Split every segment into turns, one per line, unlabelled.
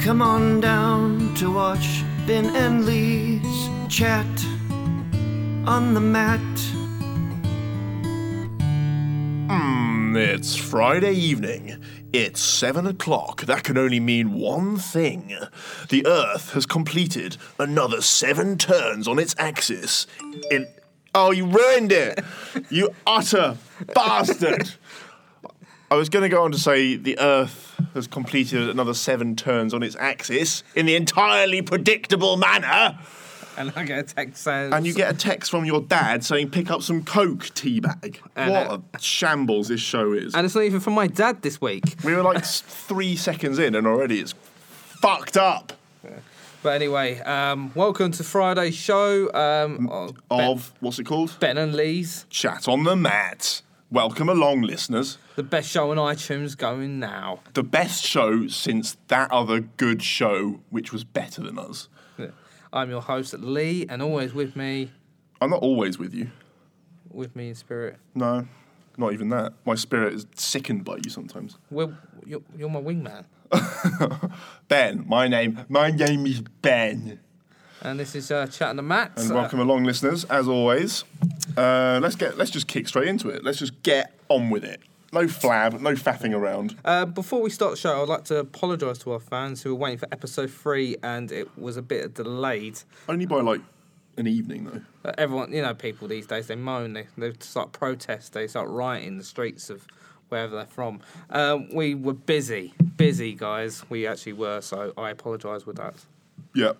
Come on down to watch Ben and Lee's chat on the mat.
It's Friday evening. It's seven o'clock. That can only mean one thing. The Earth has completed another seven turns on its axis. In oh, you ruined it! You utter bastard! I was going to go on to say the Earth has completed another seven turns on its axis in the entirely predictable manner.
And I get a text saying,
And you get a text from your dad saying, "Pick up some Coke, teabag." What a shambles this show is.
and it's not even from my dad this week.
We were like s- three seconds in, and already it's fucked up.
But anyway, um, welcome to Friday's show. Um,
Mm,
oh,
Of what's it called?
ben and Lee's,
Chat on the mat. Welcome along, listeners.
the best show on iTunes going now.
The best show since that other good show, which was better than us.
I'm your host Lee, and always with me,
I'm not always with you.
with me in spirit.
No, not even that. My spirit is sickened by you sometimes.
Well, you're, you're my wingman,
Ben, my name. My name is Ben.
and this is uh, chatting the mats.
And welcome along, listeners. As always, uh, let's get let's just kick straight into it. Let's just get on with it. No flab, no faffing around.
Uh, before we start the show, I'd like to apologise to our fans who were waiting for episode three, and it was a bit delayed.
Only by like an evening though.
Uh, everyone, you know, people these days they moan, they, they start protest, they start rioting in the streets of wherever they're from. Um, we were busy, busy guys. We actually were, so I apologise with that.
Yeah.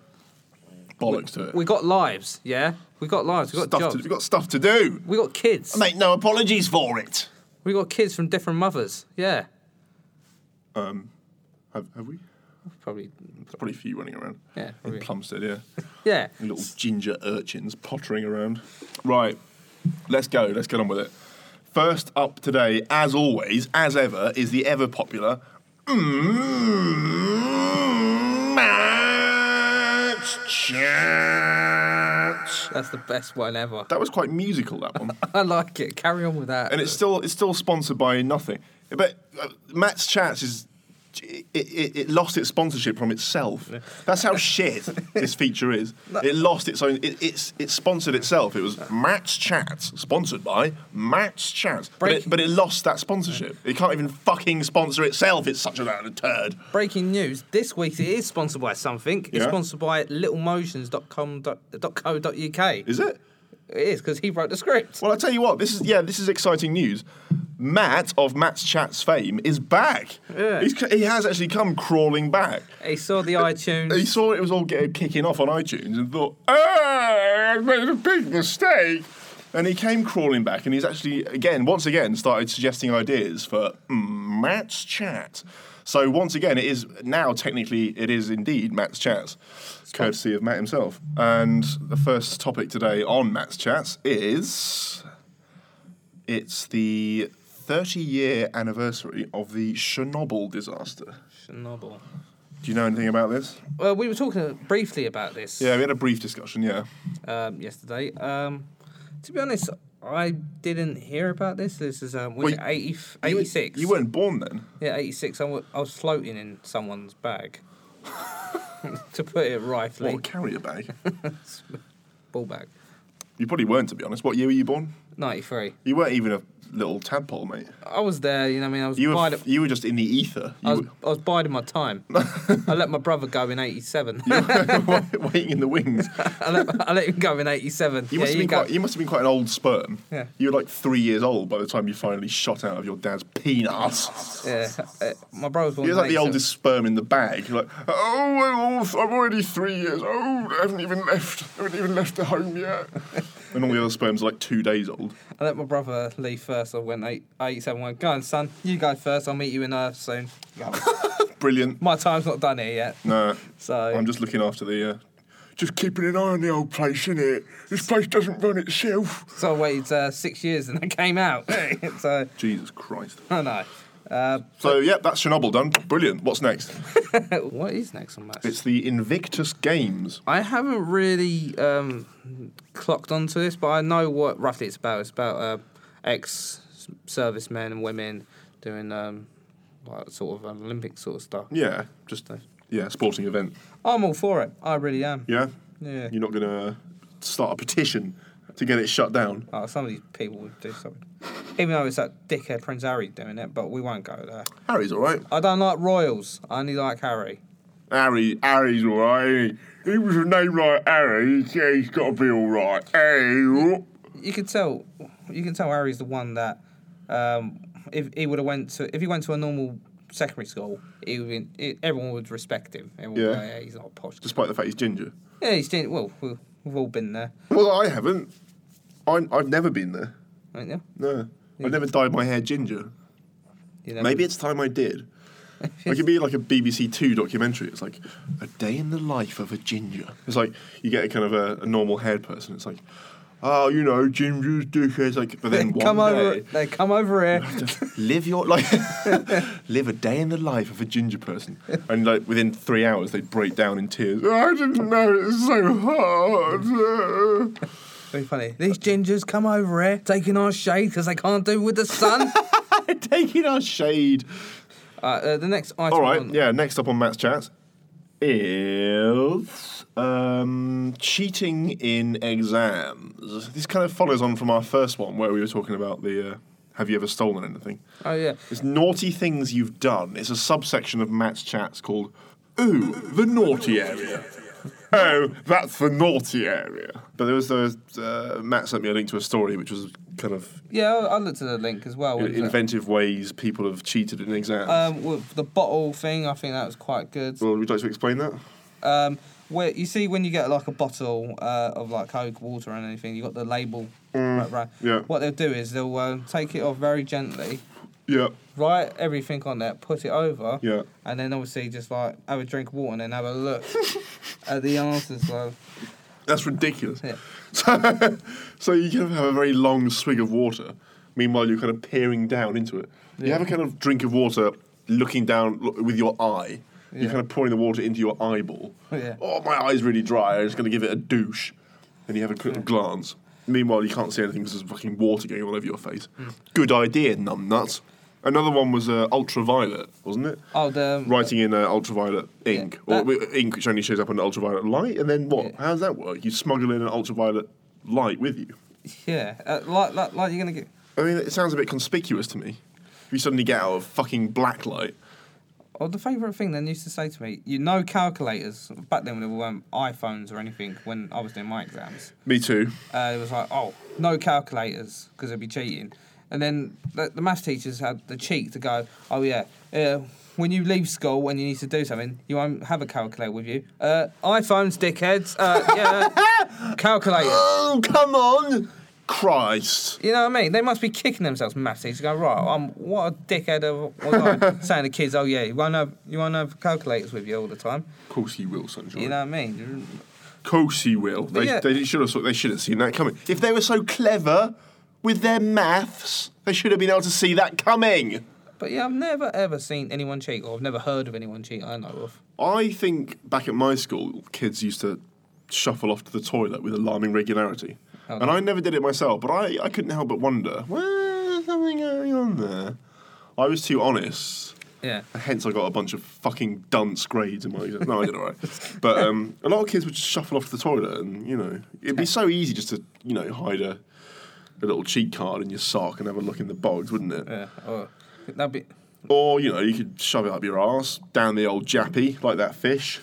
Bollocks to it.
We got lives, yeah. We got lives. We got
stuff to,
jobs.
we've got stuff to do.
we got kids.
Make no apologies for it.
We got kids from different mothers. Yeah,
Have, have we?
probably.
There's probably a few running around.
Yeah,
In
probably.
Plumstead, yeah.
Yeah.
Little ginger urchins pottering around. Right. Let's go. Let's get on with it. First up today, as always, as ever, is the ever popular Mmm, mm, match chat.
That's the best one ever.
That was quite musical. That one.
I like it. Carry on with that.
and it's still it's still sponsored by nothing. But uh, Matt's Chats is it, it, it lost its sponsorship from itself. That's how shit this feature is. It lost its own. It, it's it sponsored itself. It was Matt's Chats sponsored by Matt's Chats, but
Break-
it, but it lost that sponsorship. It can't even fucking sponsor itself. It's such a a turd.
Breaking news this week it is sponsored by something. It's
Yeah.
sponsored by littlemotions.com.co.uk. It
Is it?
is because he wrote the script.
Well, I tell you what, this is yeah, this is exciting news. Matt of Matt's Chats fame is back.
Yeah.
He's, c- he has actually come crawling back.
He saw the
He
iTunes.
saw it was all getting kicking off on iTunes and thought, "Ah, I made a big mistake." And he came crawling back, and he's actually again, once again, started suggesting ideas for mm, Matt's chat. So once again, it is now technically it is indeed Matt's chats, courtesy of Matt himself. And the first topic today on Matt's chats is it's the 30-year anniversary of the Chernobyl disaster.
Novel.
Do you know anything about this?
Well, we were talking briefly about this
Yeah, we had a brief discussion. Yeah,
um, yesterday. Um, to be honest, I didn't hear about this. This is um, was
Well,
it 80,
You were-
86?
You, weren't born then.
Yeah, 86. I wa- I was floating in someone's bag. to put it rightly,
What a carrier bag.
ball bag.
you probably weren't, to be honest. What year were you born?
93.
You weren't even a little tadpole, mate.
I was there, you know, what I mean, I was
You were
biding,
f- you were just in the ether.
I
You
was, I was biding my time. I let my brother go in 87.
were waiting in the wings.
I, let, I let him go in 87.
You
yeah,
must have
you
been
go.
quite, you must have been quite an old sperm.
Yeah.
You were like three years old by the time you finally shot out of your dad's penis.
yeah. uh, my brother was born
You're
in
like the
87.
oldest sperm in the bag. You're like, oh, I'm, all, I'm already three years old. I haven't even left. I haven't even left the home yet. and all the other sperms are like two days old.
I let my brother leave first. I went eight, eight, seven, one. Go on, son. You go first. I'll meet you in Earth soon. Go on.
Brilliant. Uh,
my time's not done here yet.
No.
So-
I'm just looking after the. Uh, just keeping an eye on the old place, innit? This place doesn't run itself.
So I waited uh, six years and it came out. so,
Jesus Christ.
I know. Uh,
So, yep, that's Chernobyl done. Brilliant. What's next?
what is next on that?
It's the Invictus Games.
I haven't really um, clocked onto this, but I know what roughly it's about. It's about uh, ex servicemen and women doing um, like, sort of Olympic sort of stuff.
Yeah, just Yeah, sporting event.
I'm all for it. I really am.
Yeah?
Yeah.
You're not going to start a petition to get it shut down.
Oh, some of these people would do something. Even though it's that dickhead Prince Harry doing it, but we won't go there.
Harry's all right.
I don't like royals. I only like Harry.
Harry, Harry's all right. He was a name like Harry. Yeah, he's got to be all right. Harry.
You can tell. You can tell Harry's the one that, um, if he would have went to, if he went to a normal secondary school, he would been, it, everyone would respect him. Everyone would
Yeah.
go, yeah, he's not a posh.
Despite the fact he's ginger.
Yeah, he's doing well. we- We've all been there.
Well, I haven't. I, I've never been there.
haven't you?
No. I've never dyed my hair ginger.
You know,
Maybe it's time I did. It could be like a BBC Two documentary. It's like a day in the life of a ginger. It's like you get a kind of a, a normal haired person. It's like, oh, you know, gingers, dickheads. Like, but
They
then one
come
day,
over. They come over here.
live your life, live a day in the life of a ginger person, and like within three hours they break down in tears. "Oh, I didn't know it was so hard.
Very funny. These gingers come over here taking our shade because they can't do with the sun.
Taking our shade.
uh, uh, the next item.
All right,
on-
yeah. Next up on Matt's chats is um, cheating in exams. This kind of follows on from our first one where we were talking about the uh, have you ever stolen anything?
Oh yeah.
It's naughty things you've done. It's a subsection of Matt's chats called Ooh, the naughty area. Oh, that's the naughty area. But there was those, uh, Matt sent me a link to a story which was kind of
Yeah, I I looked at the link as well. which, uh,
inventive ways people have cheated in exams.
Um, with the bottle thing, I think that was quite good.
well, would you like to explain that?
Um, where you see when you get like a bottle uh, of like Coke, water, and anything, you got the label. right, right.
Mm, yeah.
What they'll do is they'll uh, take it off very gently,
Yeah.
write everything on there, put it over,
Yeah.
and then obviously just like have a drink of water and then have a look at the answers. So
That's ridiculous.
Yeah.
So, so you kind of have a very long swig of water. Meanwhile, you're kind of peering down into it. You
Yeah.
have a kind of drink of water, looking down lo- with your eye. You're
Yeah.
kind of pouring the water into your eyeball.
Yeah.
Oh, my eye's really dry. I'm just going to give it a douche. And you have a quick glance. Meanwhile, you can't see anything because there's fucking water going all over your face.
Mm.
Good idea, numbnuts. Another one was uh, ultraviolet, wasn't it?
oh the
writing in uh, ultraviolet ink
Yeah,
or wi- ink which only shows up under ultraviolet light and then what
Yeah.
how does that work you smuggle in an ultraviolet light with you
Yeah, uh, like, like like you're gonna get.
i mean it sounds a bit conspicuous to me if you suddenly get out of fucking black light
Oh, the favourite thing then used to say to me, you know, calculators back then when there weren't iPhones or anything. When I was doing my exams,
me too
uh, it was like, oh, no calculators because it'd be cheating. And then the, the maths teachers had the cheek to go, oh yeah, uh, when you leave school and you need to do something, you won't have a calculator with you. Uh, iPhones, dickheads. Uh, yeah, calculator.
oh come on christ
You know what I mean? They must be kicking themselves, maths teachers. Going right, um, what a dickhead of was I saying to kids? Oh yeah, you won't have you won't have calculators with you all the time.
of course he will sunshine
You know what I mean?
of course he will they,
yeah.
they should have saw- they should have seen that coming if they were so clever with their maths they should have been able to see that coming
But yeah, I've never ever seen anyone cheat, or I've never heard of anyone cheat I know of.
I think back at my school, kids used to shuffle off to the toilet with alarming regularity.
Okay.
And I never did it myself, but I, I couldn't help but wonder, where's something going on there? I was too honest,
Yeah.
and hence I got a bunch of fucking dunce grades in my exam. No, I did all right. But um, a lot of kids would just shuffle off to the toilet, and, you know, it'd be so easy just to, you know, hide a, a little cheat card in your sock and have a look in the bogs, wouldn't it?
Yeah. Or that'd be.
Or, you know, you could shove it up your arse, down the old jappy, like that fish.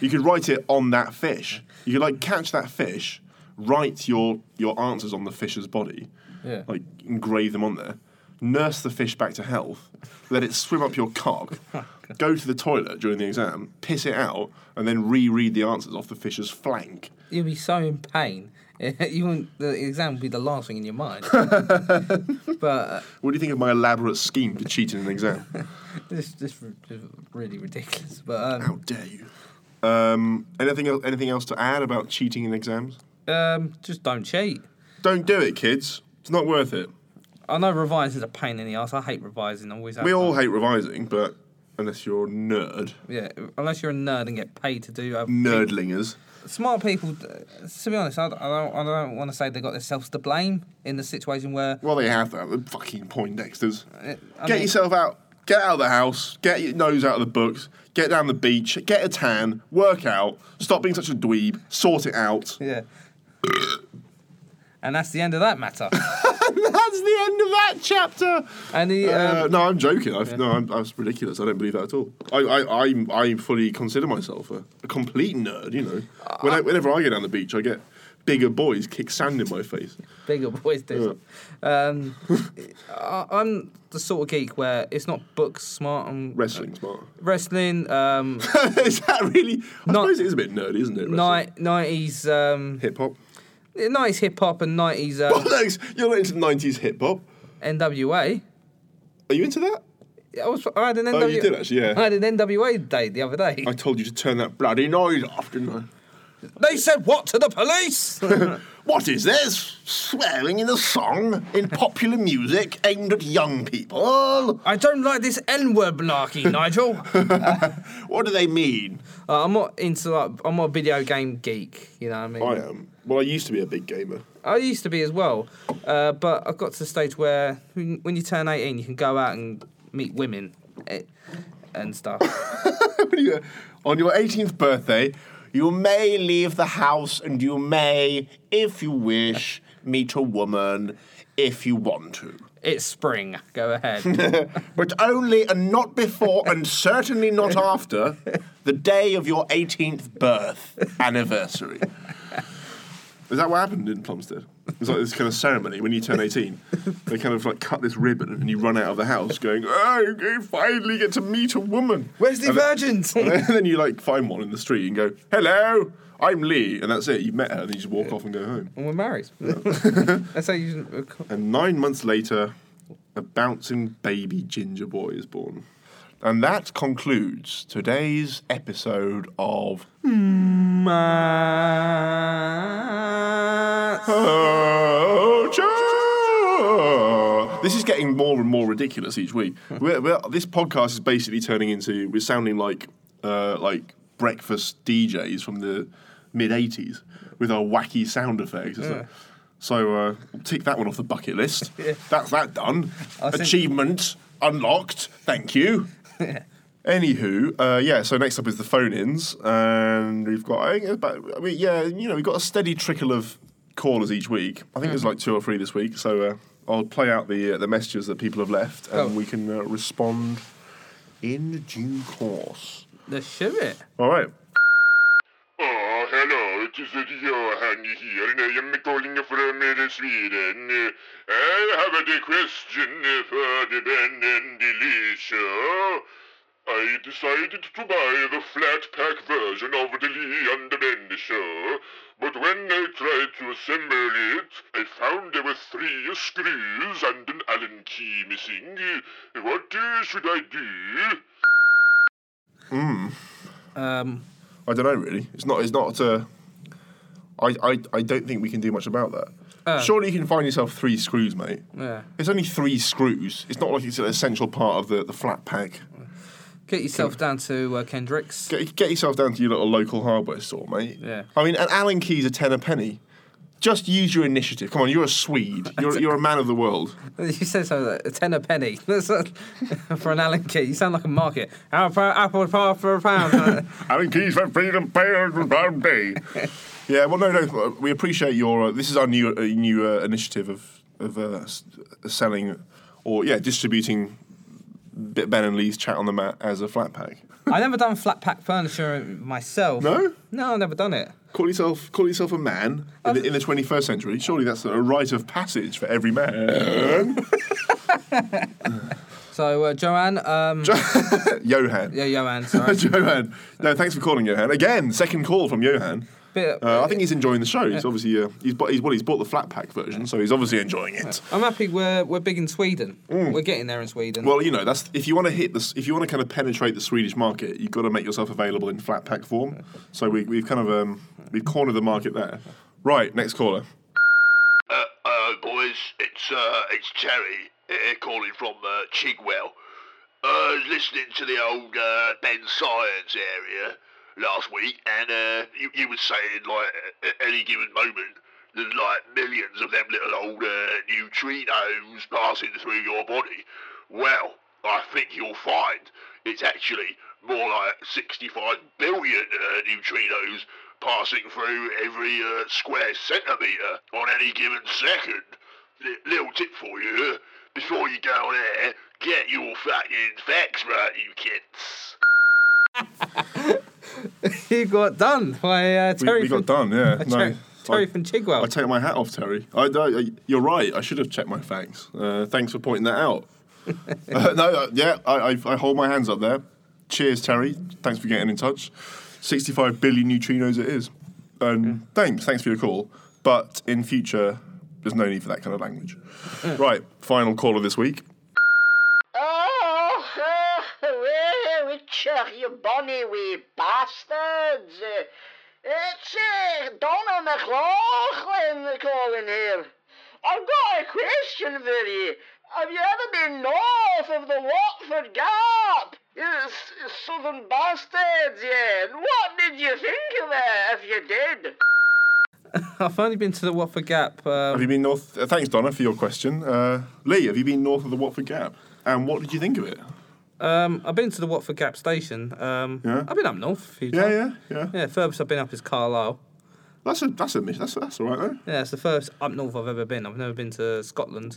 you could write it on that fish. You could, like, catch that fish, write your, your answers on the fish's body,
Yeah.
like, engrave them on there, nurse the fish back to health, let it swim up your cock, go to the toilet during the exam, piss it out, and then reread the answers off the fish's flank.
You'd be so in pain. you wouldn't, the exam would be the last thing in your mind. but uh,
What do you think of my elaborate scheme to cheat in an exam?
this this r- is really ridiculous. But
How
um,
dare you? Um, anything, el- anything else to add about cheating in exams?
um, just don't cheat.
Don't do it, kids. It's not worth it.
I know revising is a pain in the ass. I hate revising. I always. have
We all
done.
hate revising, but unless you're a nerd,
Yeah, unless you're a nerd and get paid to do. other things.
nerdlingers.
smart people. uh, To be honest, I don't, I don't, I don't want to say they got themselves to blame in the situation where
Well, they have that. The fucking Poindexters.
uh, I
Get
mean,
yourself out. Get out of the house. Get your nose out of the books. Get down the beach. Get a tan. Work out. Stop being such a dweeb. Sort it out.
Yeah. and that's the end of that matter.
That's the end of that chapter.
And the, um,
Uh, no, I'm joking. I've, No, I'm, that's ridiculous. I don't believe that at all. I, I, I, I fully consider myself a, a complete nerd. You know, when
Uh,
I, whenever I go down the beach, I get bigger boys kick sand in my face.
bigger boys do. Um, I, I'm the sort of geek where it's not books smart and
Wrestling smart.
wrestling. Um,
is that really? I
Not-
suppose it is a bit nerdy, isn't it?
ni- 90s, um,
Hip hop.
90s hip hop and 90s um,
Oh, thanks. You're not into '90s hip hop.
NWA.
Are you into that?
I, was, I had an NWA.
Oh, you did actually.
I
Yeah.
had an NWA day the other day.
I told you to turn that bloody noise off, didn't I?
They said what to the police?
What is this? Swearing in a song in popular music aimed at young people?
I don't like this N-word malarkey, Nigel.
What do they mean?
Uh, I'm not into like I'm not a video game geek. You know what I mean?
I am. Well, I used to be a big gamer.
I used to be as well, uh, but I've got to the stage where when when you turn 18, you can go out and meet women eh, and stuff.
When you- On your 18th birthday, you may leave the house and you may, if you wish, meet a woman if you want to.
it's spring. Go ahead.
But only and not before and certainly not after the day of your 18th birth anniversary. Is that what happened in Plumstead? It's like this kind of ceremony when you turn 18. They kind of like cut this ribbon and you run out of the house going, oh, you finally get to meet a woman.
Where's the
And then-
virgins?
and then you like find one in the street and go, hello, I'm Lee. And that's it. You've met her and you just walk off and go home.
and we're married. That's how you.
And nine months later, a bouncing baby ginger boy is born. And that concludes today's episode of Culture. This is getting more and more ridiculous each week. We're, we're, this podcast is basically turning into we're sounding like uh, like breakfast DJs from the mid '80s with our wacky sound effects. It's like- so uh, tick that one off the bucket list. That's that done.
think-
Achievement unlocked. Thank you. Anywho, uh, yeah. So next up is the phone-ins, and we've got. I think about, I mean, yeah, you know, we've got a steady trickle of callers each week. I think there's
Hmm.
like two or three this week. So uh, I'll play out the uh, the messages that people have left, and
Oh.
we can uh, respond in due course.
Let's shoot it.
All right.
Oh, hello, it is uh, Johan here, and I am calling from uh, Sweden. Uh, I have a question uh, for the Ben and Alicia. I decided to buy the flat pack version of the Lee and the Ben show, but when I tried to assemble it, I found there were three screws and an Allen key missing. Uh, What uh, should I do?
Um,
I don't know really. It's not. It's not. Uh, I, I I don't think we can do much about that. Surely you can find yourself three screws, mate.
Ah. yeah.
It's only three screws. It's not like it's an essential part of the, the flat pack.
Get yourself down to uh, Kendrick's.
Get, get yourself down to your little local hardware store, mate.
Yeah.
I mean, an Allen key's a ten a penny. Just use your initiative. Come on, you're a Swede. You're, you're a man of the world.
You said so. that- A ten a penny That's a- for an Allen key. You sound like a market. Apple, apple pie for a pound.
Allen keys for freedom, pound day. yeah, well, no, no. We appreciate your. Uh, this is our new uh, new uh, initiative of of uh, s- selling or yeah distributing Ben and Lee's chat on the mat as a flat pack.
I've never done flat pack furniture myself.
No?
No, I've never done it.
Call yourself, call yourself a man in the, in the 21st century. Surely that's a rite of passage for every man.
So, uh, Joanne, um,
Johan.
yeah, Joanne, sorry.
Johan. No, thanks for calling, Johan. Again, second call from Johan.
Bit-
Uh, I think he's enjoying the show. He's obviously uh, he's, bought, he's well he's bought the flat pack version, so he's obviously enjoying it.
I'm happy we're, we're big in Sweden. We're getting there in Sweden.
Mm. Well, you know that's if you want to hit this, if you want to kind of penetrate the Swedish market, you've got to make yourself available in flat pack form. So we, we've kind of um, we've cornered the market there. Right, next caller.
Uh, uh, boys, it's uh, it's Terry here calling from uh, Chigwell. Uh, I was listening to the old uh, Ben Science area last week, and uh, you, you were saying like at at any given moment, there's like millions of them little old uh, neutrinos passing through your body. Well, I think you'll find it's actually more like 65 billion uh, neutrinos passing through every uh, square centimetre on any given second. Li- little tip for you, uh, before you go there, get your fucking facts right, you kids.
you got done by uh,
We,
Terry.
we
from,
got done, yeah. No,
Terry, Terry
I-
from Chigwell.
I take my hat off, Terry. I, I, I- you're right. I should have checked my facts. Uh, thanks for pointing that out. Uh, no, uh, yeah, I, I, I hold my hands up there. Cheers, Terry. Thanks for getting in touch. 65 billion neutrinos it is. Um, Thanks. Thanks for your call. But in future, there's no need for that kind of language. right, final caller this week.
Oh, well, which are you bonny wee bastards? Eh, It's uh, Donna McLaughlin calling here. I've got a question for you. Have you ever been north of the Watford Gap? Yes, southern bastards, yeah. And what did you think of it, if you did?
I've only been to the Whopper Gap.
Have
Um,
you been north? Uh, thanks, Donna, for your question. Uh, Lee, have you been north of the Watford Gap? And what did you think of it?
um, I've been to the Watford Gap station. Um,
Yeah.
I've been up north a few
Yeah,
times.
yeah, yeah.
Yeah, furthest I've been up is Carlisle.
That's a that's a mis- that's that's all right though.
Yeah, it's the first up north I've ever been. I've never been to Scotland.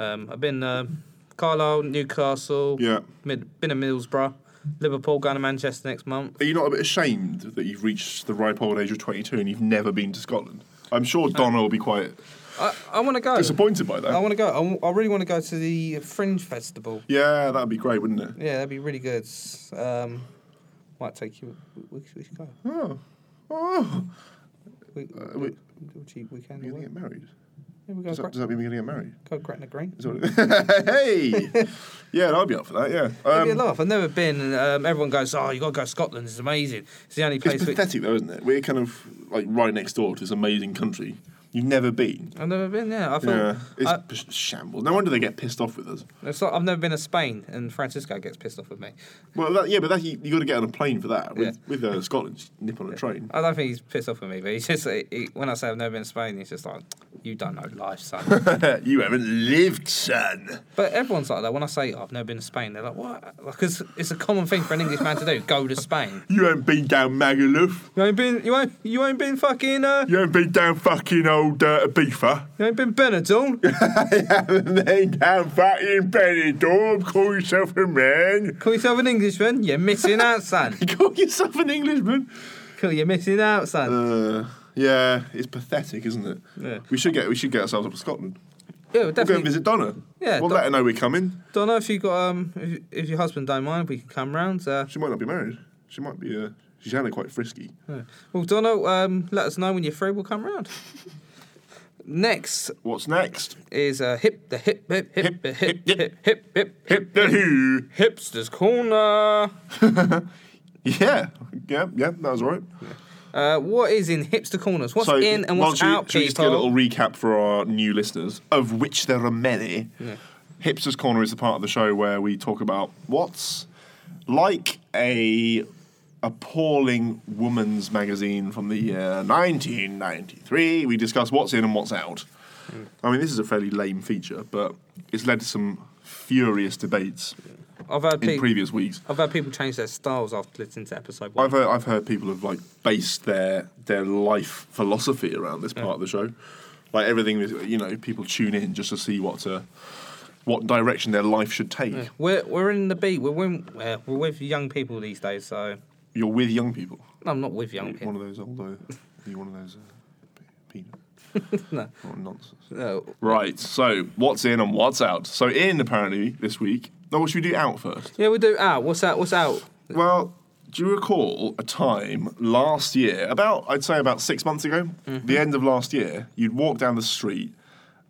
Um, I've been um Carlisle, Newcastle.
Yeah.
Mid, been in Middlesbrough, Liverpool, going to Manchester next month.
Are you not a bit ashamed that you've reached the ripe old age of 22 and you've never been to Scotland? I'm sure Donna will be quite
I, I want to go.
disappointed by
Uh, I
that.
want to go. I, w- I really want to go to the Fringe Festival.
Yeah, that'd be great, wouldn't it?
Yeah, that'd be really good. S- Um, might take you. We, we, we should go.
Oh,
We, we,
we-
we, we can.
you're going
Yeah,
to get married.
we go,
Does that,
Gre-
does that mean we're going to get married?
go Gretna Green.
Is that what it- hey! Yeah, I'd be up for that, yeah.
It'd be a
Um,
laugh. I've never been. and, Um, everyone goes, oh, you got to go to Scotland. It's amazing. It's the only place.
it's
we-
pathetic, though, isn't it? We're kind of like right next door to this amazing country you've never been.
I've never been there. I feel
Yeah, it's
I-
p- shambles. No wonder they get pissed off with us.
It's like I've never been to Spain, and Francisco gets pissed off with me.
Well, that, yeah, but that, you, you got to get on a plane for that. With,
Yeah.
with uh, Scotland, just nip on a train.
I don't think he's pissed off with me, but he's just he, he- when I say I've never been to Spain, he's just like, "You don't know life, son."
you haven't lived, son.
but everyone's like that. When I say I've never been to Spain, they're like, "What?" Because it's a common thing for an English man to do: go to Spain.
You ain't been down Magaluf.
You ain't been, you ain't, you ain't been fucking, uh,
You ain't been down fucking old uh, Ibiza.
you ain't been Benidorm.
you haven't been down fucking Benidorm. Call yourself a man.
Call yourself an Englishman. You're missing out, son.
Call yourself an Englishman.
Cool, You're missing out, son.
Uh, yeah, it's pathetic, isn't it?
Yeah.
We should get we should get ourselves up to Scotland.
yeah, we'll
We'll go
definitely.
and visit Donna.
Yeah,
we'll
Don-
let her know we're coming.
Don't know if you got um, if, if your husband don't mind, we can come round. Uh,
She might not be married. She might be. Uh, she's kind of quite frisky.
Well, Donna, um, let us know when you're free. We'll come round. Next
What's next?
is uh, hip the hip hip hip hip hip hip hip hip
Hip the who?
hipsters corner.
Yeah, yeah, yeah. That was all right.
Uh, what is in hipster corners? What's in and
well,
what's
should we-
out,
should we just do a little
people?
recap for our new listeners, of which there are many. Hipsters Corner is the part of the show where we talk about what's like a appalling woman's magazine from the year 1993. We discuss what's in and what's out.
Hmm.
I mean, this is a fairly lame feature, but it's led to some furious debates
I've had
in
people.
previous weeks.
I've had people change their styles after listening to episode one.
I've heard, I've heard people have like based their their life philosophy around this part of the show. Like everything, is- you know, people tune in just to see what uh what direction their life should take.
We're we're in the beat. We're win, we're, we're with young people these days, so
You're with young people.
no, I'm not with young
One
people.
of those old. Uh, you one of those uh, pe- peanut. What nonsense.
No,
Right. So what's in and what's out? So in apparently this week. No, what should we do out first?
yeah, we do out. What's out? What's out?
Well, do you recall a time last year, about I'd say about six months ago,
Mm-hmm.
the end of last year, you'd walk down the street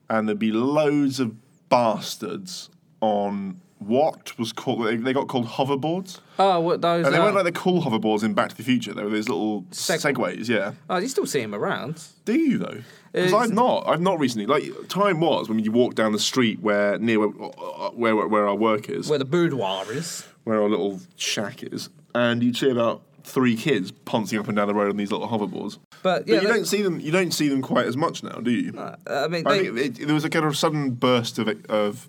and there'd be loads of bastards on what was called they, they got called hoverboards,
Oh, what those?
and they weren't
are-
like the cool hoverboards in Back to the Future. They were those little
Seg-
segways, yeah.
oh, you still see him around.
Do you though? Because
It's-
I've not. I've not recently. Like time was when you walked down the street where near where where, where our work is,
Where the boudoir is.
where our little shack is, and you'd see about three kids poncing up and down the road on these little hoverboards.
But
But
yeah,
you
they-
don't see them. You don't see them quite as much now, do you?
Uh, I mean,
I
they,
think it, there was a kind of sudden burst of of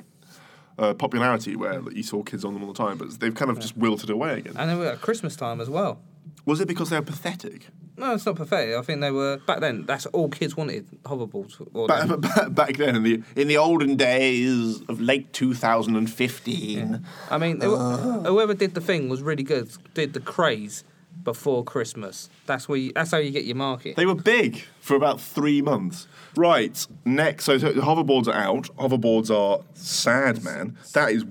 uh, popularity where you saw kids on them all the time, but they've kind of just wilted away again.
And then we were at Christmas time as well.
Was it because they were pathetic?
No, it's not pathetic. I think they were back then. That's all kids wanted: hoverboards. Or
Back, back, back then, in the in the olden days of late 2015,
I mean, who- whoever did the thing was really good. Did the craze before Christmas. That's where. You, that's how you get your market.
they were big for about three months. Right, next. So, so hoverboards are out. Hoverboards are sad, man. That is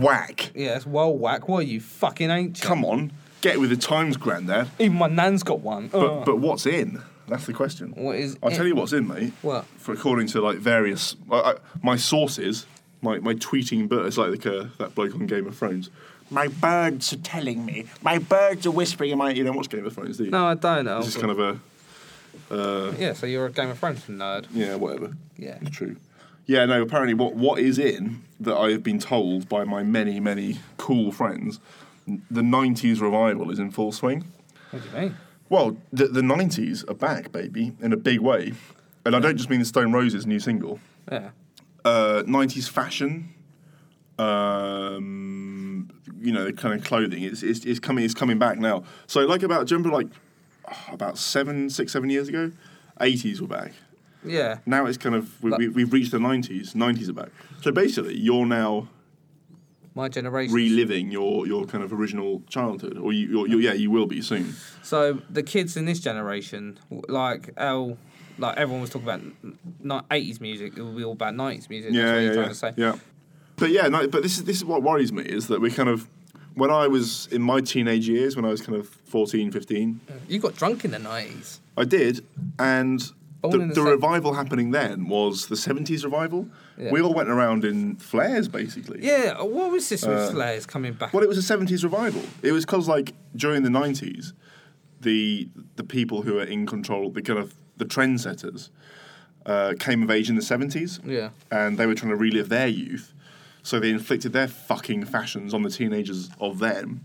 whack.
yeah, that's well whack. What are you fucking ancient?
Come on, get with the times, granddad.
Even my nan's got one. Oh.
But but what's in? That's the question.
What is
I'll
in?
tell you what's in, mate.
What?
For according to like various I, I, my sources, my my tweeting birds, like the, uh, that bloke on Game of Thrones. My birds are telling me. My birds are whispering in my. You don't watch Game of Thrones, do you?
no, I don't. know.
It's just kind of a. Uh,
Yeah, so you're a Game of Thrones nerd.
yeah, whatever.
Yeah.
It's true. Yeah, no. Apparently, what what is in that I have been told by my many many cool friends, n- the '90s revival is in full swing.
What do you mean?
Well, the, the 90s are back, baby, in a big way. And I don't just mean the Stone Roses new single.
Yeah.
Uh, 90s fashion, um, you know, kind of clothing. It's, it's, it's coming it's coming back now. So, like, about, do you remember, like, oh, about seven, six, seven years ago? 80s were back.
Yeah.
Now it's kind of, we, we, we've reached the 90s. 90s are back. So, basically, you're now
My generation.
reliving your, your kind of original childhood. Or, you, you're, you're, yeah, you will be soon.
So the kids in this generation, w- like L, like everyone was talking about n- eighties music. It would be all about nineties music. That's what
yeah,
you're
yeah,
trying
yeah.
to say.
Yeah. But yeah, no, but this is this is what worries me is that we kind of when I was in my teenage years, when I was kind of 14, 15,
You got drunk in the nineties.
I did, and
Born
the,
in the
the
sev-
revival happening then was the 70s revival.
Yeah.
We all went around in flares, basically.
Yeah. What was this with Slayers coming back?
Well, Uh, it was a 70s revival. It was because, like, during the 90s, the the people who are in control, the kind of the trendsetters, uh, came of age in the 70s.
Yeah.
And they were trying to relive their youth. So they inflicted their fucking fashions on the teenagers of them.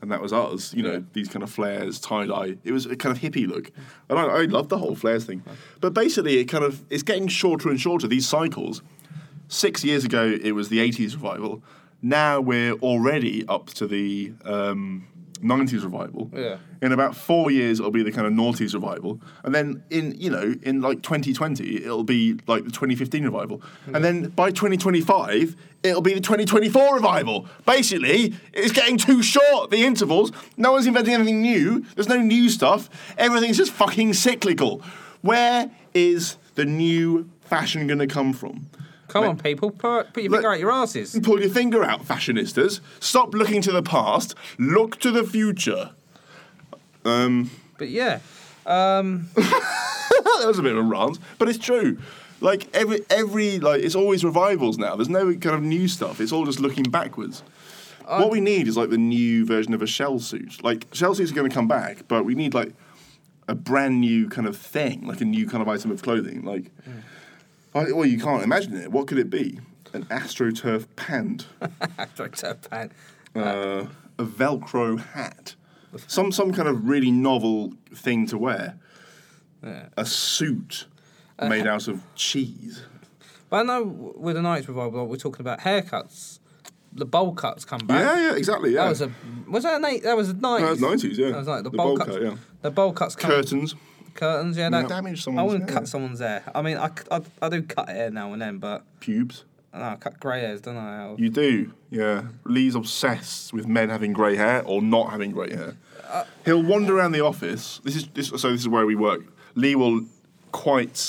And that was us, you know,
Yeah.
these kind of flares, tie dye. It was a kind of hippie look. And I, I love the whole flares thing. But basically, it kind of it's getting shorter and shorter, these cycles six years ago it was the 80s revival. Now we're already up to the um, 90s revival.
Yeah.
In about four years, it'll be the kind of noughties revival, and then in you know in like 2020, it'll be like the 2015 revival, and then by 2025, it'll be the 2024 revival. Basically, it's getting too short the intervals. No one's inventing anything new. There's no new stuff. Everything's just fucking cyclical. Where is the new fashion going to come from?
Come on, people, put, put your
Look-
finger out your asses.
Pull your finger out, fashionistas. Stop looking to the past. Look to the future.
But yeah,
that was a bit of a rant, but it's true. Like every every like it's always revivals now. There's no kind of new stuff. It's all just looking backwards. what we need is like the new version of a shell suit. Like shell suits are going to come back, but we need like a brand new kind of thing, like a new kind of item of clothing. Like, I, well, you can't imagine it. What could it be? An astroturf pant.
after I turned pan.
uh, a Velcro hat, some some kind of really novel thing to wear, a suit made out of cheese.
But I know w- with the nineties revival, we're talking about haircuts. The bowl cuts come back.
Yeah, yeah, exactly. Yeah,
That was a was that an eight? That was a nineties.
was 90s, yeah.
That was like the,
The
bowl,
bowl
cuts.
cut, yeah.
The bowl cuts come
curtains.
curtains. Yeah, that
Damage
I
someone's
wouldn't
hair.
cut someone's hair. I mean, I, c- I- I do cut hair now and then, but
Pubes.
I don't know, I cut grey hairs, don't I? Or-
You do, yeah. Lee's obsessed with men having grey hair or not having grey hair. He'll wander around the office. This is this, so. This is where we work. Lee will quite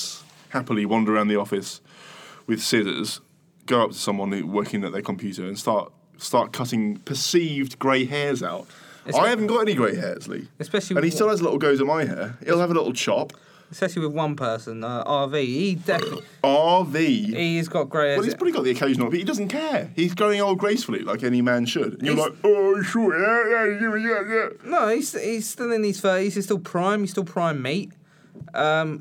happily wander around the office with scissors, go up to someone who- working at their computer, and start start cutting perceived grey hairs out.
It's
I
got-
haven't got any grey hairs, Lee.
Especially
and he
with-
still has little goes at my hair. He'll have a little chop.
Especially with one person, uh, RV. He definitely
RV.
he's got grey hairs.
Well, he's probably got the occasional, but he doesn't care. He's growing old gracefully, like any man should. And you're
He's-
like, oh, sure, yeah, yeah, yeah, yeah, yeah.
no, he's he's still in his thirties. He's still prime. He's still prime meat.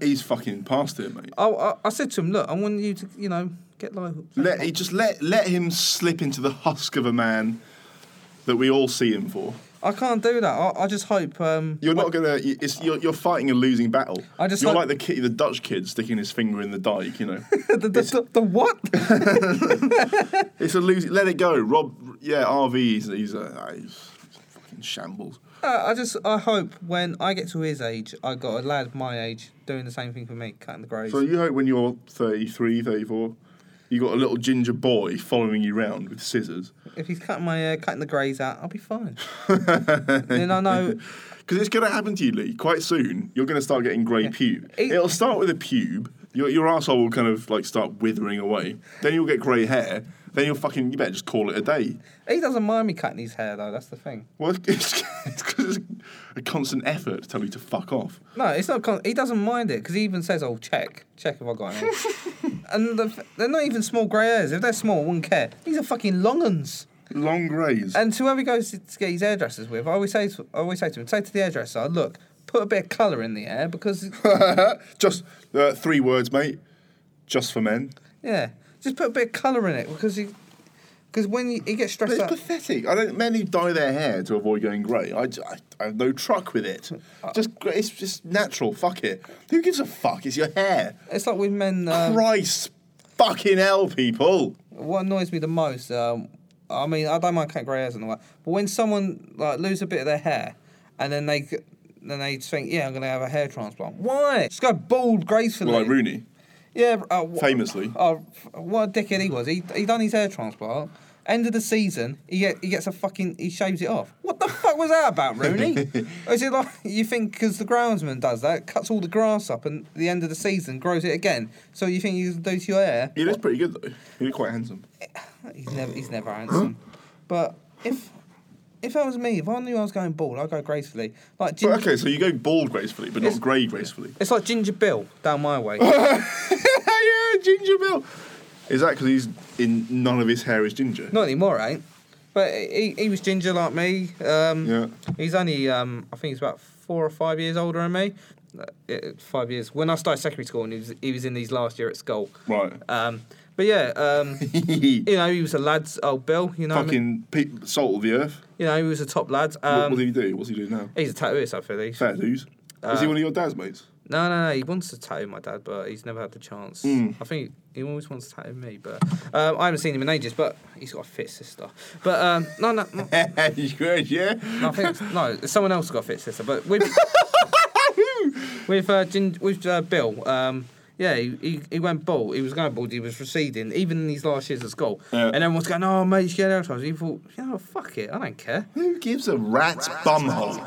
He's fucking past it, mate.
I, I, I said to him, look, I want you to, you know, get like
Let he just let let him slip into the husk of a man that we all see him for.
I can't do that. I, I just hope. Um,
You're not gonna. you- It's, you're, you're fighting a losing battle.
I just
you're
hope-
like the kid, the Dutch kid sticking his finger in the dike. You know,
the, the, the, the what?
it's a losing. Let it go, Rob. Yeah, RV. He's, he's, uh, he's fucking shambles.
Uh, I just I hope when I get to his age, I got a lad my age doing the same thing for me, cutting the graves.
So you hope when you're 33, 34, you got a little ginger boy following you round with scissors.
if he's cutting my hair, cutting the grays out, I'll be fine. then I know.
Because it's going to happen to you, Lee, quite soon. You're going to start getting grey pube.
It-
It'll start with a pube. Your, your asshole will kind of like start withering away. Then you'll get grey hair. Then you'll fucking, you better just call it a day.
He doesn't mind me cutting his hair though. That's the thing.
Well, it's because it's a constant effort to tell you to fuck off.
No, it's not. Con- he doesn't mind it because he even says, "Oh, check, check if I got any." and the, f- they're not even small grey hairs. If they're small, I wouldn't care. These are fucking long uns.
Long greys.
And to whoever he goes to to get his hairdressers with, I always say, to, I always say to him, say to the hairdresser, "Look, put a bit of colour in the hair because
just uh, three words, mate. Just for men.
Yeah, just put a bit of colour in it because he, because when he, he gets
But it's
stressed out,
pathetic. I don't. Men who dye their hair to avoid going grey. I, j- I- I have no truck with it.
Uh,
Just gr- it's just natural. Fuck it. Who gives a fuck? It's your hair.
it's like with men. Um,
Christ, fucking hell, people.
what annoys me the most, um, I mean, I don't mind cutting grey hairs and all that, but when someone like lose a bit of their hair, and then they, g- then they think, yeah, I'm gonna have a hair transplant. Why? Just go bald gracefully.
Well, like Rooney,
Yeah, br- uh, wh-
famously.
Oh, f- what a dickhead he was. He he done his hair transplant. End of the season, he get, he gets a fucking he shaves it off. What the fuck was that about, Rooney? Is it like you think because the groundsman does that, cuts all the grass up, and at the end of the season grows it again? So you think you can do to your hair?
He looks pretty good though. He looked quite handsome.
He's never he's never handsome. But if if that was me, if I knew I was going bald, I'd go gracefully. Like
But
ginger,
okay, so you go bald gracefully, but not
It's-
grey gracefully.
it's like Ginger Bill down my way.
yeah, ginger Bill. Is that because he's in? None of his hair is ginger.
Not anymore, it ain't. But he, he was ginger like me. Um,
Yeah.
He's only, um, I think he's about four or five years older than me. Uh, it- Five years. When I started secondary school, and he was, he was in these last year at school.
Right.
Um, but yeah, um, you know, he was a lad's old Bill. You know, what I mean?
fucking pe- salt of the earth.
you know, he was a top lad.
What,
Um,
what did he do? What's he doing now?
he's a tattooist, I believe.
Fair dues. Is he one of your dad's mates?
No, no, no. He wants to tattoo my dad, but he's never had the chance.
Hmm.
I think he always wants to tattoo me, but um, I haven't seen him in ages. But he's got a fit sister. But um, no, no, no.
yeah.
No, I think it's, no, it's someone else got a fit sister, but with with uh, Gin, with uh, Bill, um, yeah, he, he, he went bald. He was going bald. He was receding, even in these last years at school.
Yeah.
And everyone's going, "Oh, mate, you should get out." of it." He thought, "You know, fuck it, I don't care."
Who gives a rat's bumhole?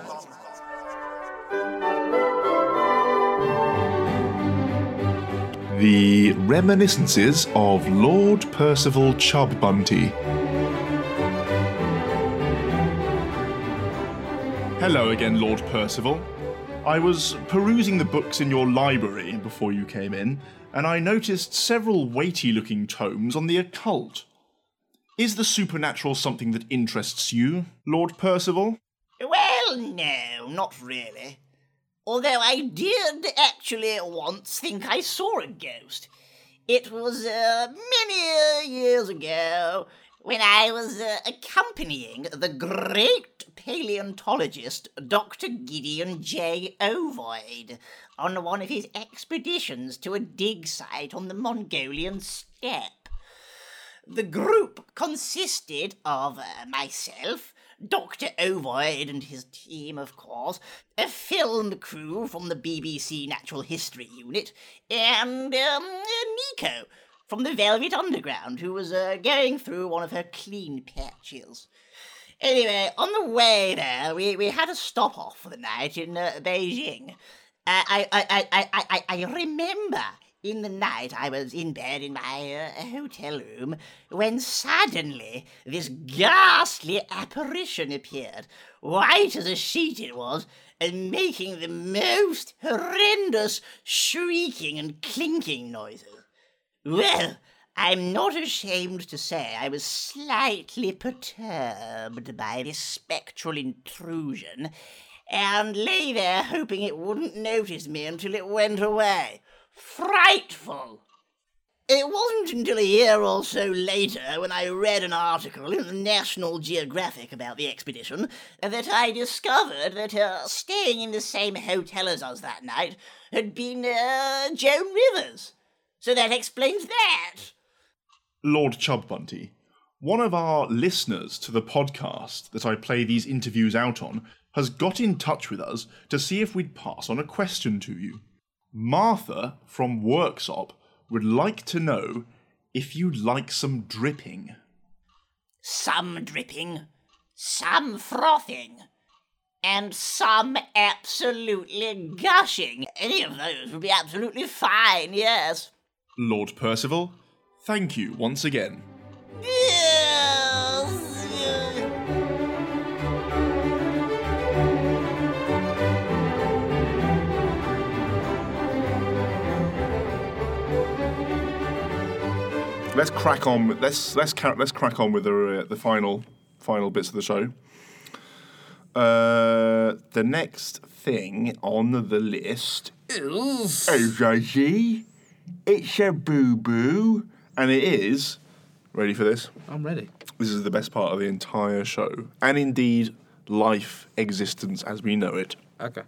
The Reminiscences of Lord Percival Chubb Bunty.
Hello again, Lord Percival. I was perusing the books in your library before you came in, and I noticed several weighty looking tomes on the occult. Is the supernatural something that interests you, Lord Percival?
Well, no, not really. Although I did actually once think I saw a ghost. It was uh, many uh, years ago when I was uh, accompanying the great paleontologist Dr. Gideon J. Ovoid on one of his expeditions to a dig site on the Mongolian steppe. The group consisted of uh, myself, Dr. Ovoid and his team, of course, a film crew from the BBC Natural History Unit, and um, uh, Nico from the Velvet Underground, who was uh, going through one of her clean patches. Anyway, on the way there, we, we had a stop off for the night in uh, Beijing. Uh, I, I, I, I, I, I I remember in the night I was in bed in my uh, hotel room when suddenly this ghastly apparition appeared, white as a sheet it was, and making the most horrendous shrieking and clinking noises. Well, I'm not ashamed to say I was slightly perturbed by this spectral intrusion and lay there hoping it wouldn't notice me until it went away. Frightful! It wasn't until a year or so later when I read an article in the National Geographic about the expedition that I discovered that uh, staying in the same hotel as us that night had been uh, Joan Rivers. So that explains that.
Lord Chubbunty, one of our listeners to the podcast that I play these interviews out on has got in touch with us to see if we'd pass on a question to you. Martha from Worksop would like to know if you'd like some dripping.
some dripping, some frothing, and some absolutely gushing. Any of those would be absolutely fine, yes.
Lord Percival, thank you once again.
Yes. yes.
Let's crack on. with- Let's let's ca- let's crack on with the uh, the final final bits of the show. Uh, the next thing on the list is Rosie. It's a boo boo, and it is. Ready for this?
I'm ready.
This is the best part of the entire show, and indeed life existence as we know it.
Okay.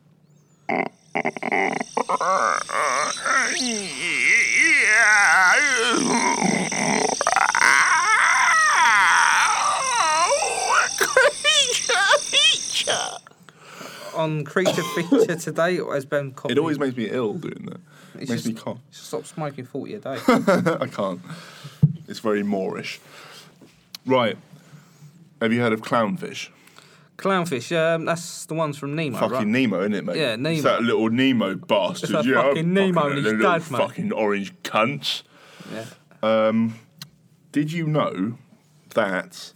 On creature feature today, or has Ben copied?
It always makes me ill doing that.
It's
makes
just-
me cough.
Stop smoking 40 a day.
I can't. It's very Moorish. Right. Have you heard of clownfish?
Clownfish, um, that's the ones from Nemo,
Fucking
right?
Nemo, isn't it, mate?
Yeah, Nemo.
It's that little Nemo bastard.
that
yeah,
fucking Nemo
fucking
and his
little
dad, mate.
Fucking orange cunts.
Yeah.
Did you know that?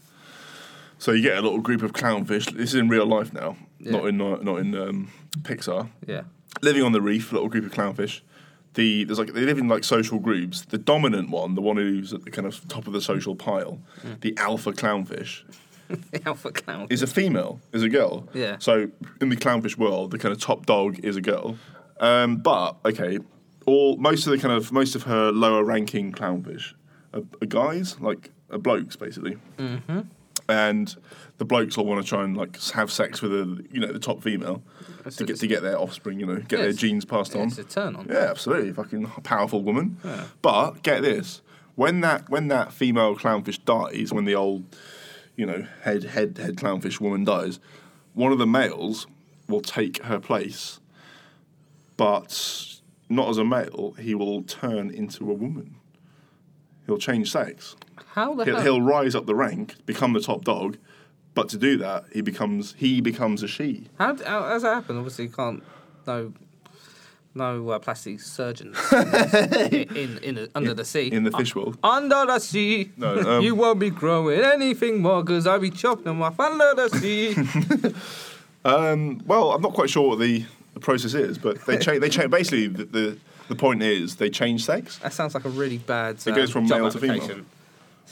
So you get a little group of clownfish. This is in real life now, not in uh, not in um, Pixar.
Yeah.
living on the reef, a little group of clownfish. The there's like they live in like social groups. The dominant one, the one who's at the kind of top of the social pile,
Mm.
the alpha clownfish,
The alpha clown.
is a female, is a girl.
Yeah.
So in the clownfish world, the kind of top dog is a girl. Um, but okay, all most of the kind of most of her lower ranking clownfish are, are guys, like are blokes basically. Mm-hmm. And the blokes all want to try and like have sex with a you know the top female to get to get their offspring, you know, get their
Yes.
genes passed on.
It's a turn on.
Yeah, absolutely, fucking powerful woman. But get this: when that when that female clownfish dies, when the old, you know, head head head clownfish woman dies, one of the males will take her place, but not as a male. He will turn into a woman. He'll change sex.
How the
He'll,
hell?
he'll rise up the rank, become the top dog. But to do that, he becomes he becomes a she.
How, d- how how's that happen? Obviously, you can't. No, no uh, plastic surgeons in in, in the- under the sea. Uh,
in the fish world.
Under the sea,
No, um,
you won't be growing anything more because I'll be chopping them off under the sea.
Well, I'm not quite sure what the, the process is, but they change. They change. Basically, the, the the point is they change sex.
that sounds like a really bad. um,
It goes from
job
male to female.
application.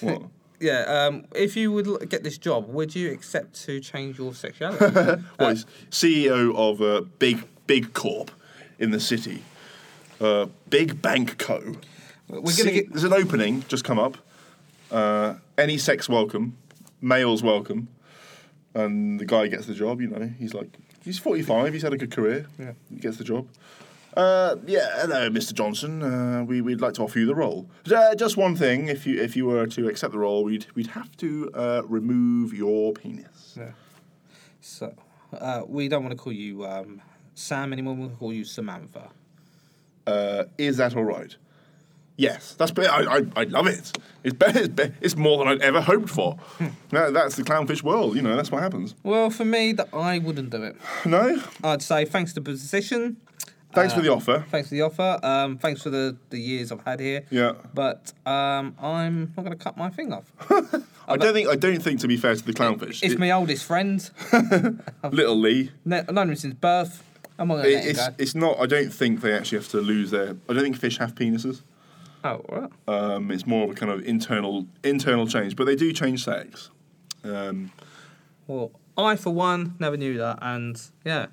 What?
Yeah. Um, if you would l- get this job, would you accept to change your sexuality?
Well, he's CEO of a big big corp in the city, uh, big bank co.
We're gonna
See,
get.
There's an opening just come up. Uh, any sex welcome, males welcome, and the guy gets the job. You know, he's like he's 45. He's had a good career. Yeah, he gets the job. Uh, yeah, hello, Mr. Johnson. Uh, we we'd like to offer you the role. Uh, just one thing, if you if you were to accept the role, we'd we'd have to uh, remove your penis.
So, uh, we don't want to call you um, Sam anymore. We'll call you Samantha.
Uh, is that all right? Yes, that's be- I, I, I love it. It's better. It's, be- it's more than I'd ever hoped for.
Hmm.
That- that's the clownfish world. You know, that's what happens.
Well, for me, that I wouldn't do it.
No,
I'd say thanks to the position,
thanks
Uh,
for the offer.
thanks for the offer, um, thanks for the, the years I've had here.
Yeah.
But um, I'm not going to cut my thing off.
I don't think I don't think to be fair to the clownfish.
It's
it-
my oldest friend.
little Lee.
Ne- I've known him since birth. I'm not going to
It-
let him
it's
go.
it's not. I don't think they actually have to lose their. I don't think fish have penises.
Oh, all right.
Um, it's more of a kind of internal internal change, but they do change sex. Um,
Well, I, for one, never knew that. And yeah.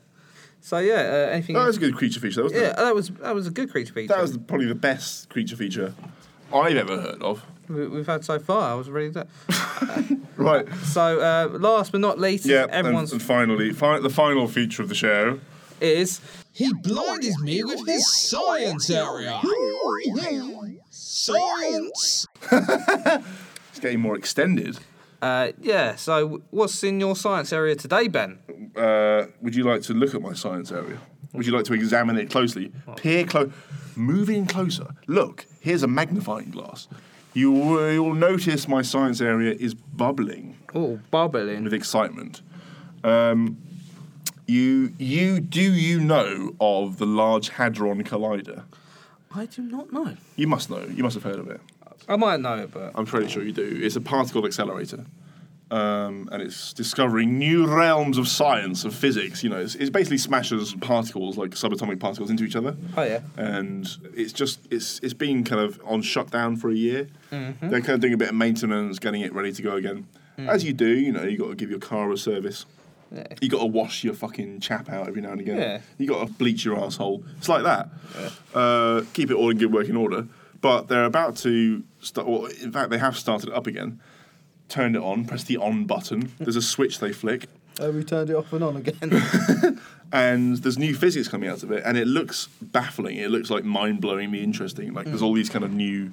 So yeah, uh, anything.
that was a good creature feature, though, wasn't
yeah,
it?
that was that was a good creature feature.
That was probably the best creature feature I've ever heard of.
we, we've had so far. I was really.
Right.
So uh, last but not least,
Yeah. Everyone's
everyone's
and, finally fi- the final feature of the show.
is
He blinded me with his science area. Science!
It's getting more extended.
uh, yeah. So what's in your science area today, Ben?
Uh, would you like to look at my science area? Would you like to examine it closely? Peer close. Move in closer. Look, here's a magnifying glass. You will you'll notice my science area is bubbling
Oh, bubbling.
with excitement. Um, you, you, do you know of the Large Hadron Collider?
I do not know.
You must know. You must have heard of it.
I might know it, but
I'm pretty sure you do. It's a particle accelerator. Um, and it's discovering new realms of science, of physics. You know, it's, it basically smashes particles, like subatomic particles, into each other.
Oh, yeah.
And it's just, it's it's been kind of on shutdown for a year. They're kind of doing a bit of maintenance, getting it ready to go again. As you do, you know, you got to give your car a service. you got to wash your fucking chap out every now and again.
Yeah.
you got to bleach your asshole. It's like that. Uh, keep it all in good working order. But they're about to start. Well, in fact, they have started it up again. Turned it on. Press the on button. There's a switch they flick,
Oh, we turned it off and on again.
and there's new physics coming out of it, and it looks baffling. It looks like mind-blowingly interesting. Like there's all these kind of new.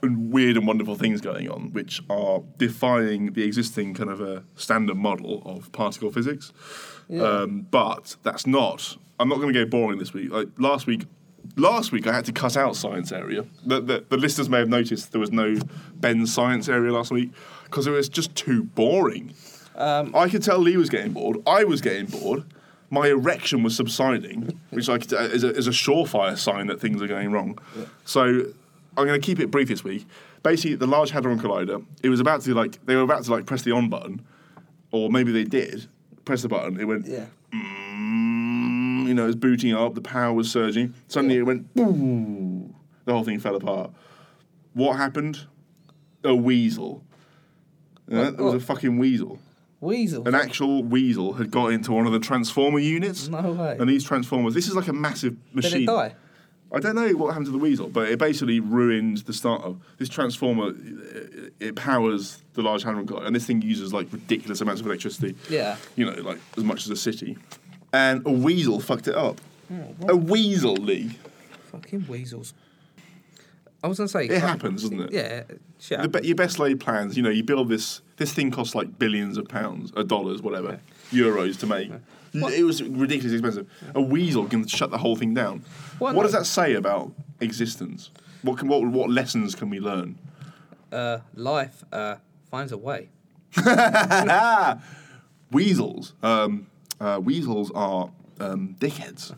And weird and wonderful things going on, which are defying the existing kind of a standard model of particle physics. Um, but that's not. I'm not going to go boring this week. Like last week, last week I had to cut out science area. The, the, the listeners may have noticed there was no Ben's science area last week because it was just too boring. I could tell Lee was getting bored. I was getting bored. My erection was subsiding, which I could, uh, is, a, is a surefire sign that things are going wrong. So I'm going to keep it brief this week. Basically, the Large Hadron Collider. It was about to like they were about to like press the on button, or maybe they did press the button. It went
yeah.
mm, you know, it was booting up, the power was surging. Suddenly it went boom. The whole thing fell apart. What happened? A weasel. Yeah, it was a fucking weasel.
weasel.
An actual weasel had got into one of the transformer units.
No way.
And these transformers, this is like a massive machine.
Did it die?
I don't know what happened to the weasel, but it basically ruined the start of this transformer. It, it powers the large hadron collider, and this thing uses like ridiculous amounts of electricity.
Yeah.
you know, like as much as a city. And a weasel fucked it up.
Oh,
a weasel, Lee.
Fucking weasels. I was gonna say.
It happens, doesn't it?
Yeah. Shit.
The be- your best laid plans, you know, you build this. This thing costs like billions of pounds, or dollars, whatever, euros to make. L- It was ridiculously expensive. A weasel can shut the whole thing down.
Why
what does
not?
that say about existence? What can what what lessons can we learn?
uh, life uh, finds a way.
Weasels. Um, uh, weasels are um, dickheads.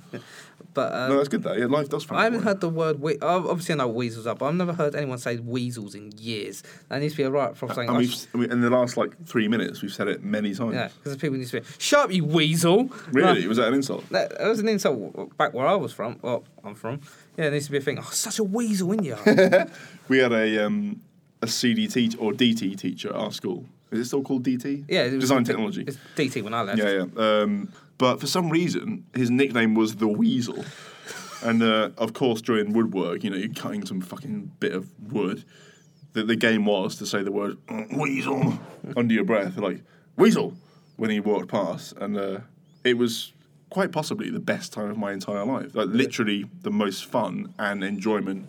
But uh,
No, that's good though. Yeah, life does.
I haven't heard the word. We- I've- obviously, I know weasels are, but I've never heard anyone say weasels in years. That needs to be a right from saying.
Uh, And we've s- we- in the last like three minutes, we've said it many times.
yeah, because people need to be. Shut up, you weasel!
Really,
Like,
was that an insult?
That, that was an insult back where I was from. Well, I'm from. Yeah, it needs to be a thing. Oh, such a weasel in you.
We had a um, a CDT or DT teacher at our school. Is it still called DT?
yeah, it was-
design technology.
It's DT when I left.
Yeah, yeah. Um, but for some reason, his nickname was the Weasel. And uh, of course, during woodwork, you know, you're cutting some fucking bit of wood. The, the game was to say the word "Mm, Weasel under your breath, like Weasel, when he walked past. And uh, it was quite possibly the best time of my entire life. Like, literally, the most fun and enjoyment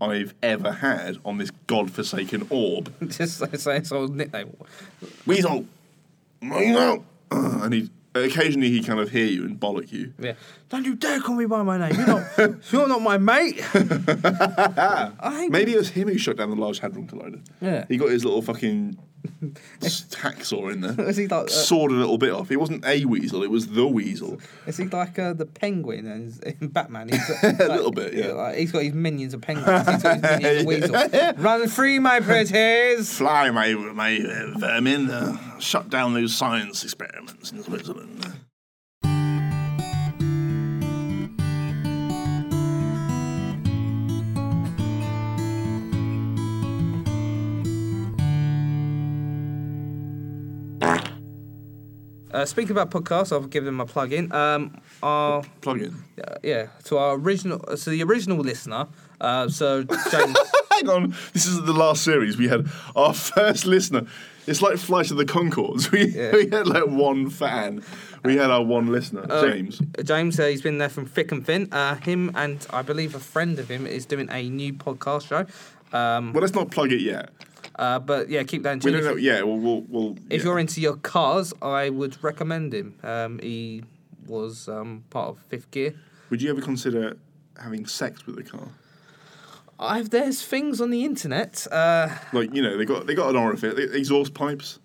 I've ever had on this godforsaken orb.
Just like saying so nickname.
Weasel, Weasel, Uh, and he occasionally he kind of hear you and bollock you.
Yeah. Don't you dare call me by my name. You're not, you're not my mate. I hate
Maybe it was him who shut down the Large Hadron Collider.
Yeah.
he got his little fucking s- hacksaw in there,
Is he like, uh,
sawed a little bit off. It wasn't a weasel; it was the weasel.
Is he like uh, the penguin and he's- in Batman? He's, uh, like-
little bit, yeah.
like, he's got his minions of penguins. He's got his minions of weasel. Run free, my pretties!
Fly, my my uh, vermin! Uh, shut down those science experiments in Switzerland.
Uh, speaking about podcasts, I'll give them a plug in. Um, our
Plug in.
uh, yeah, to our original, so the original listener. Uh, so James, uh,
Hang on. This is the last series. We had our first listener. It's like Flight of the Concords. We, we had like one fan. We had our one listener,
Uh,
James.
James, uh, he's been there from Thick and Thin. Uh, him and I believe a friend of him is doing a new podcast show. Um,
Well, let's not plug it yet.
uh, but yeah, keep that in
We
tune.
don't know. Yeah, we'll. we'll, we'll
If
yeah.
you're into your cars, I would recommend him. Um, he was um, part of Fifth Gear.
Would you ever consider having sex with a car?
I've, there's things on the internet. Uh,
Like you know, they got they got an orifice, they- exhaust pipes.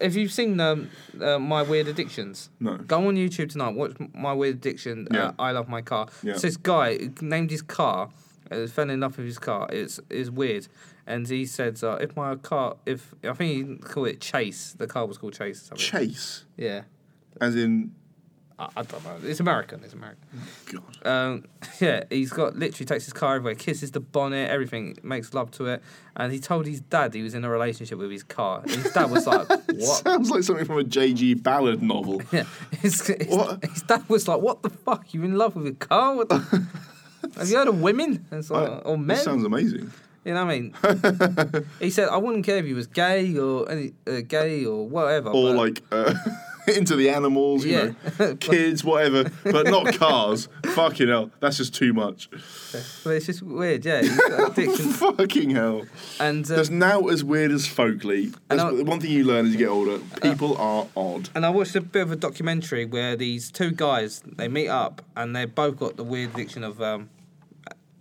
Have you seen um, uh, My Weird Addictions?
No.
Go on YouTube tonight. Watch My Weird Addiction.
Yeah.
Uh, I love my car.
Yeah.
So this guy named his car. Uh, fell in love with his car. It's is weird, and he said uh, if my car, if I think he called it Chase. The car was called Chase. Or something.
Chase,
yeah.
as in
I, I don't know. It's American. It's American.
God.
Um, yeah, he's got literally takes his car everywhere, kisses the bonnet, everything, makes love to it, and he told his dad he was in a relationship with his car. And his dad was like, "What?"
Sounds like something from a J.G. Ballard novel.
Yeah, his, his,
What?
his dad was like, "What the fuck? You in love with a car? What the, have you heard of women And it's like, or men?
This sounds amazing.
you know what I mean?" he said, "I wouldn't care if you was gay or any, uh, gay or whatever."
Or
but
like uh, into the animals, you
Yeah.
know, kids, whatever, but not cars. Fucking hell, that's just too much.
but it's just weird, yeah. he's got addiction.
Fucking hell.
and uh,
That's now as weird as folkly. That's
know-
the one thing you learn as you get older.
Uh,
People are odd.
and I watched a bit of a documentary where these two guys they meet up and they both got the weird addiction of um,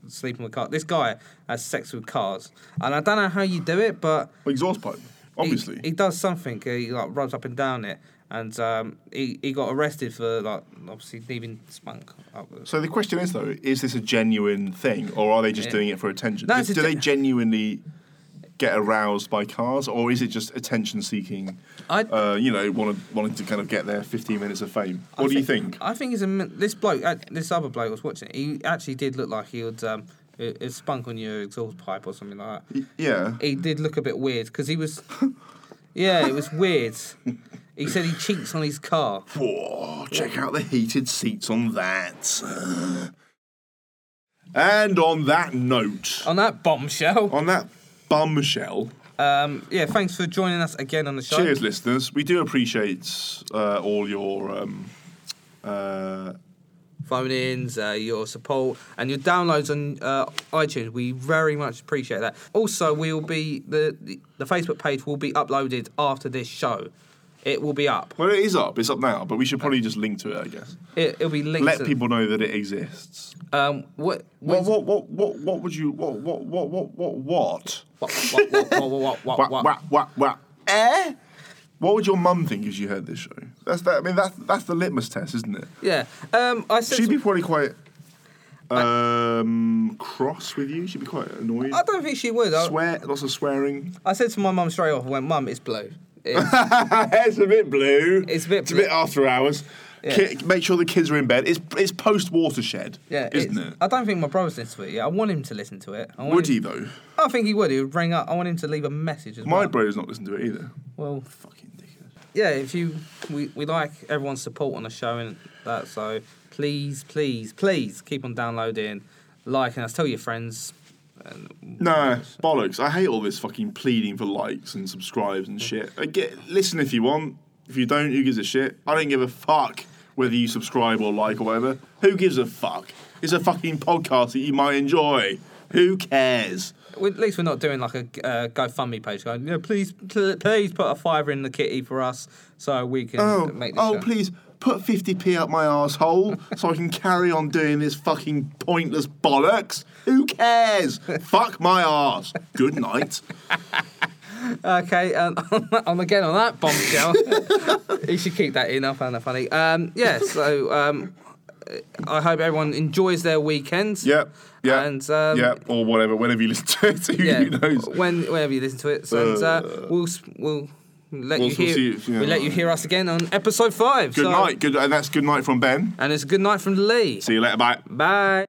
sleeping with cars. This guy has sex with cars, and I don't know how you do it, but
Exhaust pipe,
he-
obviously.
he, does something. He like rubs up and down it, and um, he he got arrested for like obviously leaving spunk. up.
So the question is though, is this a genuine thing, or are they just doing it for attention?
No,
Do-
it's a
do they
gen-
genuinely get aroused by cars, or is it just attention-seeking?
I-
uh, you know, wanted, wanting to kind of get their 15 minutes of fame. What do you think?
I think it's a min- this bloke, uh, this other bloke I was watching. He actually did look like he would um, it, it spunk on your exhaust pipe or something like that.
yeah.
He did look a bit weird because he was, yeah, it was weird. He said he cheats on his car.
Whoa, check out the heated seats on that. and on that note,
On that bombshell.
on that bombshell.
Um, yeah, thanks for joining us again on the show.
Cheers, listeners. We do appreciate uh, all your. Um, uh,
phone ins, uh, your support, and your downloads on uh, iTunes. We very much appreciate that. Also, we will be the, the the Facebook page will be uploaded after this show. It will be up.
well, it is up. It's up now, but we should probably just link to it, I guess.
It, it'll be linked.
Let
to-
people know that it exists.
Um, what?
What? What?
What? What?
What? What? What would you? What? What? What? What? What? What?
What? What? What? What? What?
What?
what,
What? What? What? Eh? What would your mum think if she heard this show? That's that. I mean, that's that's the litmus test, isn't it?
Yeah. Um, I said.
She'd be probably quite um, cross with you. She'd be quite annoyed.
I don't think she would. I,
Swear, lots of swearing.
I said to my mum straight off. I went, "Mum, it's blue." It's-
it's a bit blue.
It's a bit
It's a bit
blue.
after hours.
Yeah.
Ki- make sure the kids are in bed. It's it's post watershed,
yeah,
isn't
it's-
it?
I don't think my brother's listening to it. Yeah, I want him to listen to it. I want
Would
him-
he though?
I think he would. He would ring up. I want him to leave a message as
My
well.
bro's not listening to it either.
Well,
Fucking dickhead.
yeah, if you we, we like everyone's support on the show and that, so please, please, please keep on downloading, liking us, tell your friends.
No bollocks. I hate all this fucking pleading for likes and subscribes and shit. I get listen if you want. If you don't, who gives a shit? I don't give a fuck whether you subscribe or like or whatever. Who gives a fuck? It's a fucking podcast that you might enjoy. Who cares?
We, at least we're not doing like a uh, GoFundMe page. Going, you know, please, pl- please put a fiver in the kitty for us so we can
Oh,
make this
oh,
show.
please put 50p up my arsehole so I can carry on doing this fucking pointless bollocks. Who cares? Fuck my arse. Good night.
Okay, and on again on that bombshell. you should keep that in. I found that funny. Um, yeah, so um, I hope everyone enjoys their weekends.
Yep. Yeah.
And, um,
yeah. Or whatever. Whenever you listen to it,
yeah,
who knows?
When whenever you listen to it, so and, uh, we'll s- we'll let
We'll-
you
we'll
hear
see if, you know-
we let you hear us again on episode five.
Good
so-
night. Good. And that's good night from Ben.
and it's a good night from Lee.
See you later. Bye.
Bye.